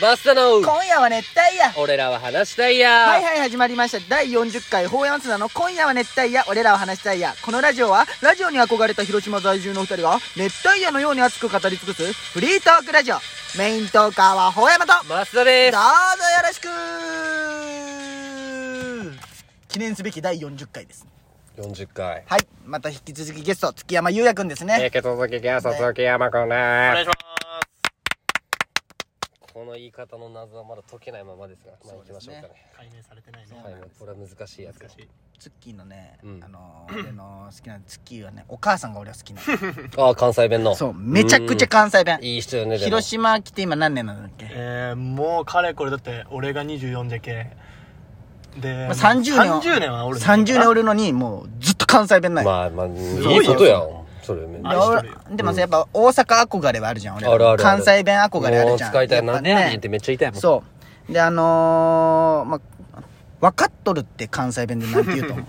バッサの今夜は熱帯夜俺らは話したいやはいはい始まりました第40回法山綱の今夜は熱帯夜俺らは話したいやこのラジオはラジオに憧れた広島在住の2人が熱帯夜のように熱く語り尽くすフリートークラジオメイントーカーは法山とどうぞよバッサですろしく記念すべき第40回です40回はいまた引き続きゲスト月山優也くんですね引き続きゲスト時山くんねお願いしますこの言い方の謎はまだ解けないままですがまあ行きましょうかね解明されてないねはいもうこれは難しいやつか難しいツッキーのね、うんあのー俺の好きなツッキーはねお母さんが俺は好きな のああ関西弁のそうめちゃくちゃ関西弁うんいい人よねでも広島来て今何年なんだっけえー、もうかれこれだって俺が24じゃけで、まあ30年は30年は俺30年おるのにもうずっと関西弁ない、まあまあいごいよいことやんそれねで愛してる俺でもさやっぱ大阪憧れはあるじゃん俺らあるあるある関西弁憧れあもるうじゃん使いたいやっなぱんでやねんってめっちゃ言いたいもんそうであのー、まあ分かっとるって関西弁でなんて言うと思う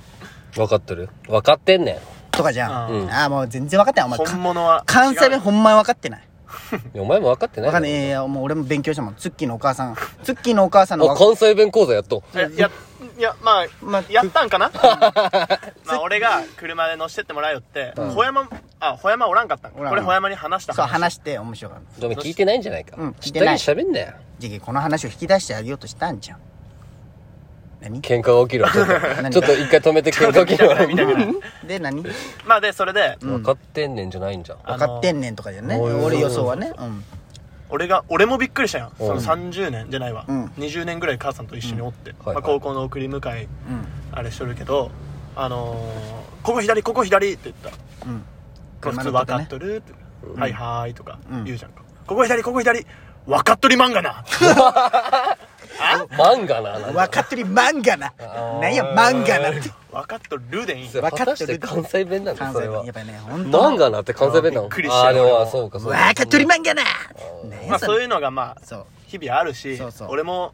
分かってる分かってんねんとかじゃ ん、うんああもう全然分かってないお前か本物は関西弁ほんまに分かってないいやお前も分かってない分かんないいやいやもう俺も勉強したもんツッキーのお母さんツッキーのお母さんのあわツ関西弁講座やっとえやいやまあ、まあやった んかなまあ俺が車で乗してってもらうよって、うんほやまあほやまおらんかったんおらんこれほやまに話したそう話して面白かったお前聞いてないんじゃないかうん知聞いってたりない喋んなよじゃあこの話を引き出してあげようとしたんじゃん何喧嘩が起きるわちょっ何とちょっと一回止めて喧嘩起きるみたいわなみたいなで何まあでそれで分かってんねんじゃないんじゃんあ分のかってんねんとかじゃねおいおいおい俺予想はねうん俺が俺もびっくりしたやんそうんの30年じゃないわ、うん20年ぐらい母さんと一緒におって、はいはいまあ、高校の送り迎えうんあれしとるけどあのー、ここ左ここ左って言ったうんこれ普車の通分ことかねっとるって、はいはーいとかうん言うじゃんか、ここ左ここ左分かっとり漫画な漫画ななんか分かってる漫画な何や漫画なって分かっとるでいいんそれよ果たして関西弁なんだ関そ西れ弁はやっぱりね本当漫画なって関西弁なのびっくりしたああよでも俺あもそうかそう分かっとり漫漫画な何まやあそういううのがまあそう日々あるしそうそう俺も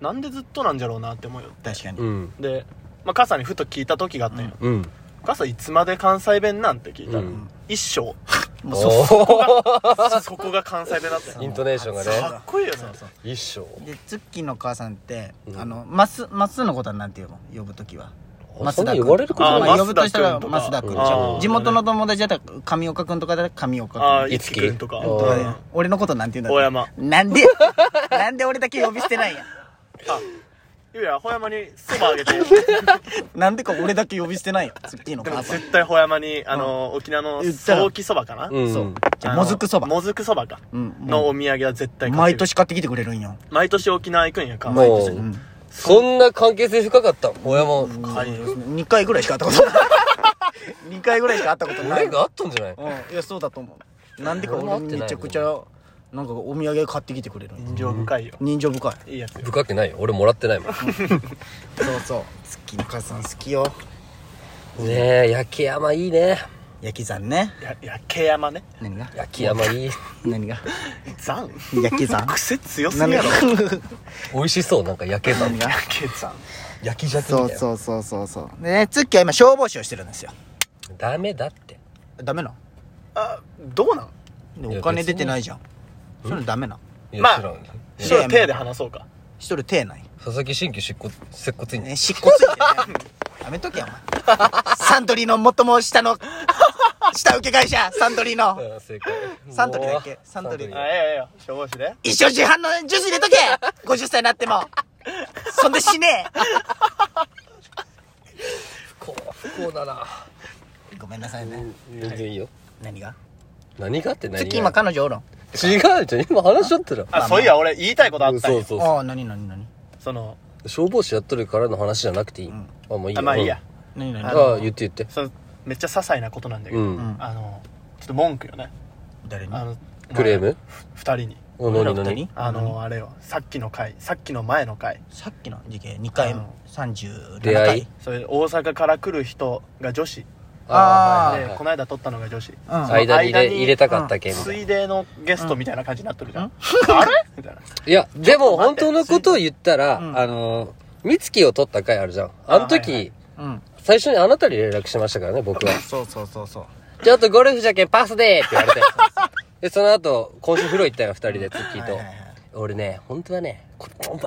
なんでずっとなんじゃろうなって思うよ確かにうんで、まあ、母さんにふと聞いた時があったんよ、うん母さんいつまで関西弁なんて聞いたら、うん 一生もうそうおーそこが関西弁だったんイよントネーションがねかっこいいよねそうそう一生でツッキーの母さんってうんあのまっすまっすーのことはなんて呼ぶ呼ぶときはあそんな君呼ばれることあないまあー呼ぶとしたら増増田田君君とじかゃあーん地元の友達だったら上岡君とかだったら上岡君ああいいつつききくんとかあとかでー俺のことなんて言うんだ大山なんでやなんで俺だけ呼び捨てないんやあゆうやほやまにそばあげてなんでか俺だけ呼び捨てないよツッキーのでも母さん絶対ほやまにあの沖縄の言ったらソーキそばかな、うんそうじゃああのもずくそばもずくそばか、うんもうのお土産は絶対買ってる毎年買ってきてくれるんよ毎年沖縄行くんやかも毎う年うんそんな関係性深かった親も深いよ2回ぐらいしか会ったことない2回ぐらいしか会ったことない俺があったんじゃないうんいやそうだと思うなんでか俺にめちゃくちゃなんかお土産買ってきてくれるんよ人情深いよ、人情深いいいやつよ深くないよ俺もらってないもんそうそうツッキーの母さん好きよねえ焼き山いいね焼き山ねややけ山ね何が焼き山いい何 が残焼き山癖強す何ぎやがろ美味しそうなんか焼け山何がやけ残焼き鮭みそたいうなそうそうそうそうでねツッキーは今消防士をしてるんですよダメだってダメなあどうなんでいやお金出てないじゃんそれダメないやまあ知らんやちょっと手で話そうか一人手ない佐々木新規出骨接骨院ねしっこついてねやめとけよお前サントリーの最も下の下請け会社サントリーのああ正解 サントリーだっけサントリーあいやいやいや消防士で一生市販のジュース入れとけ50歳になってもそんで死ね不幸不幸だなえごめんなさいね全然いいよ何が何がって何月今が彼女おるん違うじゃん今話しちゃったらあそういや俺言いたいことあうっんたんそようそうそああ何何何うそのう消防士やっとるからの話じゃなくていいんあもういいあよまあいいうんや何何ああのあ言って言ってそのめっちゃ些細なことなんだけうど、んんあのちょっと文句よね誰にあのクレーム2人にお何俺ら二何人あの、あれよさっきの回さっきの前の回さっきの事件2回あ目の37出会い回それ大阪から来る人が女子あーはいではいこの間撮ったのが女子うんその間に入れ入れたかったけみたい水でのゲストみたいな感じになっとるじゃん、う あれみたい なないやでもちょっ本と当の待ってことを言ったらうんあの美月を取った回あるじゃんあのあはい時うん最初にあなたに連絡しましたからね僕はそうそうそうそうちょっと ゴルフじゃけんパスでーって言われて。で、その後、今週風呂行ったよ、二人で、ツッキーとはいはいはい。俺ね、本当はね、これ、ほんま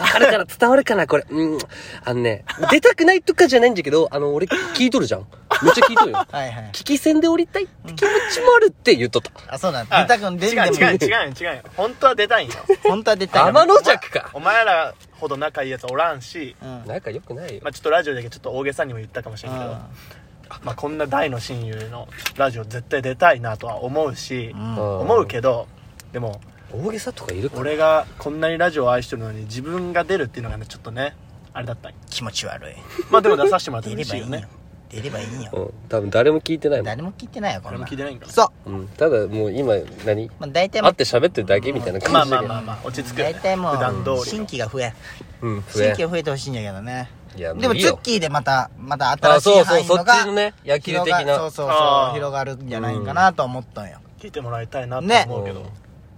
わかるかな伝わるかなこれ。うん。あのね、出たくないとかじゃないんだけど、あの、俺聞いとるじゃん。めっちゃ聞いと るよ。はいはい危機戦で降りたいって気持ちもあるって言っとった。あそうなんあだ出たくん出んでも違う違う違うう違うよ本当は出たいんよ本当は出たい天の弱か。お前らほど仲いいやつおらんし、うん仲良くないよま。あ、ちょっとラジオだけちょっと大げさにも言ったかもしれんけど、まあ、こんな大の親友のラジオ絶対出たいなとは思うし、うんん思うけどでも大げさとかいるか俺がこんなにラジオを愛してるのに自分が出るっていうのがねちょっとねあれだったんよ気持ち悪いまあでも出させてもらって出れ嬉ばしいいいよよね出ればいいようん。多分誰も聞いてないもん。誰も聞いてないよこ俺んもなん聞いてないんからそううん。ただもう今、何まあ大体も会って喋ってるだけみたいなま感あじまだあけどまあまあ落ち着くよね大体も普段通りうの新規が増えうん、増新え規が増えてほしいんだけどねいや、でもいいツよッキーでまたまたあ、新しいそうそ範う、囲そのっちがのね、野球的広がそうな。そうあそうー広がるんじゃないかなと思ったんよ聞いてもらいたいなとは思うけど、ね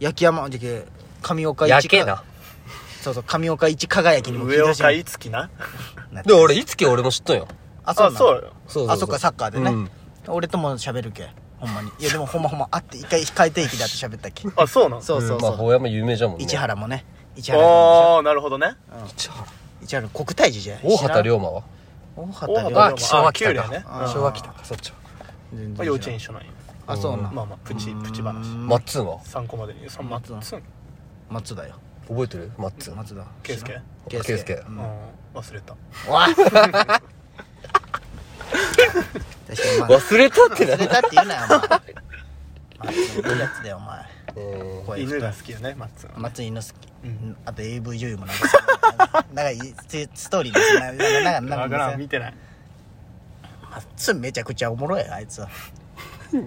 焼き山じゃけ上岡一やけな。そうそう上岡一輝きにも聞い上てほしい岡いつきななで、俺、いつき俺も知っとんよ。あそうあなそのうよそうそうそうあそっかサッカーでね、うん俺とも喋るけほんまにいやでもほんまほんま会って一回控えて駅だって喋ったっけあそうなんそうそうまそあ、う、大山有名じゃもんね。市原もね市原もああなるほどね市原。市原国体児じゃん大畑龍馬は大大畑龍畑龍馬馬あ、昭和北あか九里ね。あ昭和北か、そっちは。全然知らまあん幼稚園一緒なんよあそうなまあまあプチプチ話マッツンは3個までに3松松松田よ覚えてるマッツン。松田圭介圭圭介ううんん忘れたわ確か にまあ忘れたってな忘れたって言うなよお前松井いいやつだよお前うんこういう犬が好きよね松は松井の好き、うんあと AV 女優もなんか なんかいいストーリーのなんかなん かなわんかからさん見てない松井めちゃくちゃおもろいよあいつはマ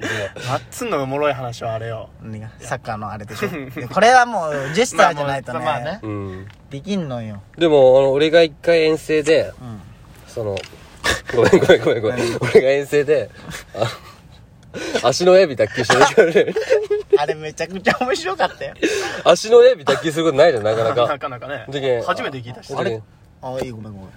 ッツンのおもろい話はあれよ何がサッカーのあれでしょいやこれはもうジェスチャーじゃないとね,、まあまあね うん。できんのよ、でも、あの、俺が一回遠征で、うん、その、 ごめんごめんごめんごめん。俺が遠征で、あ足の親指脱臼した時ある ねあれめちゃくちゃ面白かったよ足の親指脱臼することないじゃん、なかななか。かなかでけねん初めて聞いたしあれあいいごめんごめん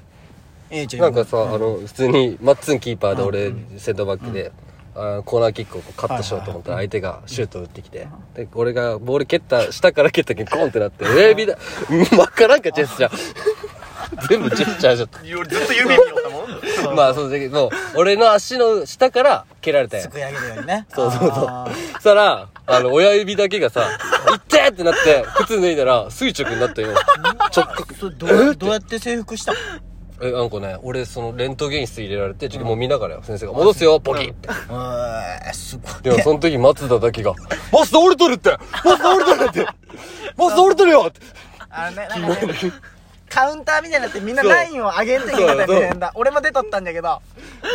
ええちゃんなんかさ、あの、普通に、マッツンキーパーで俺、センターバックで、あーコーナーキックをこうカットしようと思ったら相手がシュートを打ってきて、で、俺がボール蹴った、下から蹴ったけんコーンってなって、親指だ、真っ赤なんかジェスチャー。 全部ジェスチャーじゃった。俺ずっと夢見よったもんまあそうだけど、俺の足の下から蹴られたよす。くい上げるようにねそうそうそうあ。そしたら、あの、親指だけがさ、いってーってなって、靴脱いだら、垂直になったよ。直角。ーそれどうどうやって征服したのえ、なんかね、俺、その、レントゲン室入れられて、ちょっともう見ながらよ、先生が、戻すよ、ポキって。うーすごいでも、その時、松田だけが、 松田折れとるって松田折れとる って松田折れとるよってあのね、なんかね、カウンターみたいになってみんなラインを上げんといけないんそうだんだ。俺も出とったんだけど、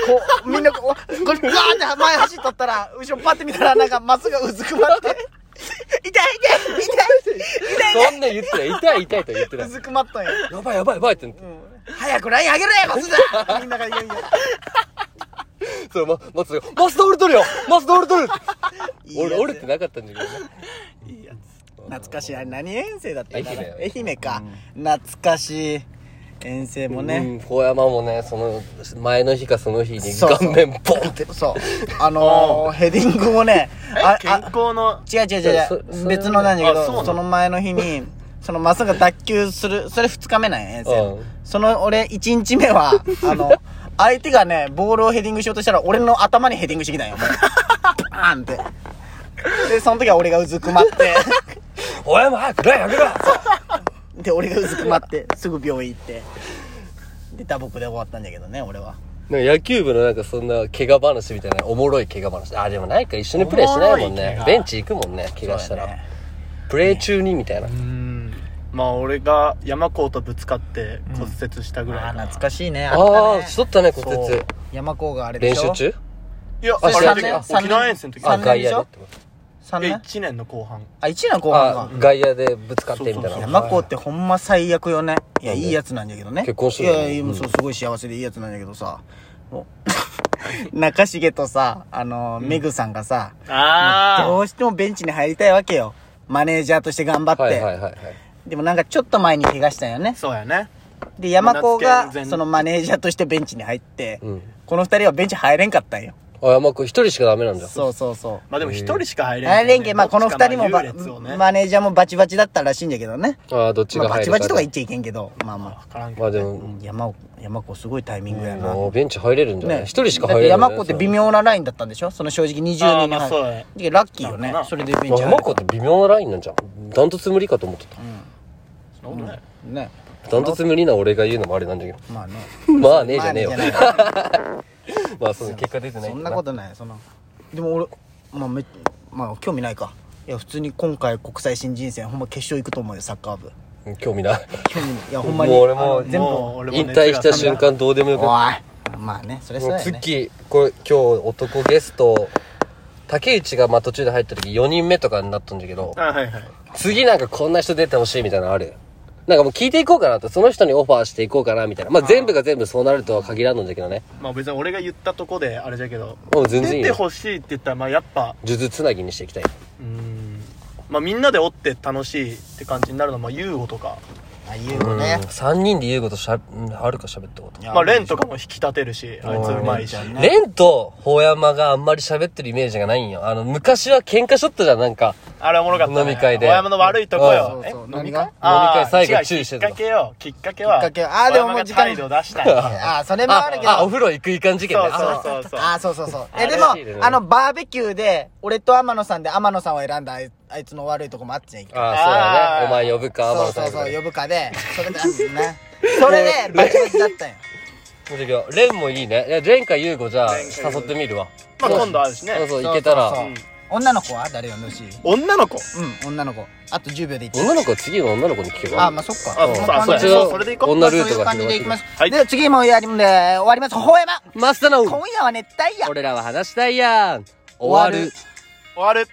こう、みんなこう、これ、ガーって前走っとったら、後ろパッて見たら、なんか、マスがうずくま って、痛い痛い痛い痛いそんな言ってない。痛い痛いとは言っ痛てないい。うずくまっとんよ。やばいやばいやばいってなって。早くライン上げろよ、マスだみんなが言うんよ。そう、ま、松田が、松田折れとるよ松田折れとるいいやつ俺、折れてなかったんだけどね。いいや懐かしい。あれ、何遠征だった愛媛だよ愛媛か。懐かしい。遠征もね。うん、小山もね、その、前の日かその日にそう顔そう面ボンって。そう。あのー、ヘディングもね、あつ健康の違う違う違そう違うそれはね別のなんだけあそうなどのその前の日 にそのまさか脱臼するそれ2日目なんや遠征のうんその俺1日目 はあの相手がねボールをヘディングしようとしたら俺の頭にヘディングしてきたんよもうバーンってでその時は俺がうずくま って小山早くライン上げろで俺がうずくまってすぐ病院行ってで打撲で終わったんだけどね俺はなんか野球部のなんかそんな怪我話みたいなおもろい怪我話あでもないか一緒にプレーしないもんおもろい怪ね我ベンチ行くもんね怪我しそたうやら、ねプレー中にみたいな、うんまあ俺が山高とぶつかって骨折したぐあらいーかな懐かしいねあああっーしとったね骨たね折そう山高があれで練しょ習中いやああれ三だ年け三年沖縄遠征の時あ三年外でしょ野でってこと3いや年1年の後半あ1年後半あは外野でぶつかってみたいなそうそうそう山子ってほんま最悪よねいやなんいでいやつなんだけどね結婚しているよねやいやもうそうすごい幸せでいいやつなんだけどさもう 中重とさあのメグさんがさどあうしてもベンチに入りたいわけよマネージャーとして頑張って、はいはいはいはいでもなんかちょっと前に怪我したんよねそうやねで山子夏が健全そのマネージャーとしてベンチに入って、うんこの二人はベンチ入れんかったんよああ、まあ、これ一人しかダメなんだ。そうそうそうまあでも一人しか入れない、 7連携、まあこの二人もば、マまネージャーもバチバチだったらしいんだけどね。ああ、どっちまあがバ入チるバか。チとか言っちゃいけんけど、まああま分からんけまどあねあ。でうも、ん山子、山子すごいタイミングやな。もうベンチ入れるんじゃないね一人しかだっ入てれるんじゃ山ない。子って微妙なラインだったんでしょその正直20人あーにまあそうだ入ねる。ラッキーよねなのか。なそれでベンまあチ入山る子って微妙なラインなんじゃん。ダントツ無理かと思ってた。そんなことないね。ダントツ無理な俺が言うのもあれなんだけど。まあね。まあねえじゃねえよまあ。ねじゃね まあ、そうね結果出てえない。そんなことない。その、でも俺、まあめ、まあ興味ないか。いや、普通に今回国際新人戦、ほんま決勝行くと思うよ、サッカー部。うん興味ない。興味ない。いや、ほんまに。もう俺もあの全部。もう俺も引退した瞬間どうでもよくなっおい。まあね、それたそうもやうね。次、これ今日男ゲスト、竹内がまあ途中で入った時4人目とかになったんだけど、あはいはい次なんかこんな人出てほしいみたいなのあるなんかもう聞いていこうかなと、その人にオファーしていこうかなみたいな。まあ全部が全部そうなるとは限らんのだけどね。まあ別に俺が言ったとこであれだけどもう全然いい出てよ。ほしいって言ったらまあやっぱ数珠つなぎにしていきたい。うーんまあみんなでおって楽しいって感じになるのはまあユーゴとかあ、言うよね。 3人で言うことしゃ、うんあるか喋ったこと。いやまあレンとかも引き立てるしあいつうまいしうんレンと、ほ山があんまり喋ってるイメージがないんよ。あの、昔は喧嘩しとったじゃん、なんか。あれおもろかったね飲み会で大山の悪いとこようんえそうそう飲何みが会飲み会あー最後違う注意してきたっかけよきっかけはきっかけあーでももう時間大山が態度出したいああ、それもああるけ、ど。あ、お風呂行くいかん事件ね。そうあそうそうああ、そうそうそう。え、 あでれもらしいね、あの、バーベキューで、俺と天野さんで天野さんを選んだあいあいつの悪いとこもあったじゃん、一回。あそうだあね。ーお前呼ぶそか、うそうそう、呼ぶかで、それ で、あんね。それで、バチバチだったんよ。そう。だけど、レンもいいね。いやレンかユーゴじゃあ、レンかユーゴ誘ってみるわ。まあ今度あるしねそう そう、行けたら。そうそううん女の子は誰よ、主。女の子うん、女の子。あと10秒で言って。女の子は次の女の子に聞けば。あ、まあそっか。あんなそうあ感じそうでそうそれで行こう女ルートまがあそういう感じでいきます。はいでは次もやるんで、終わります。ほほえまマスターの今夜は熱帯夜俺らは話したいやん終わる終わる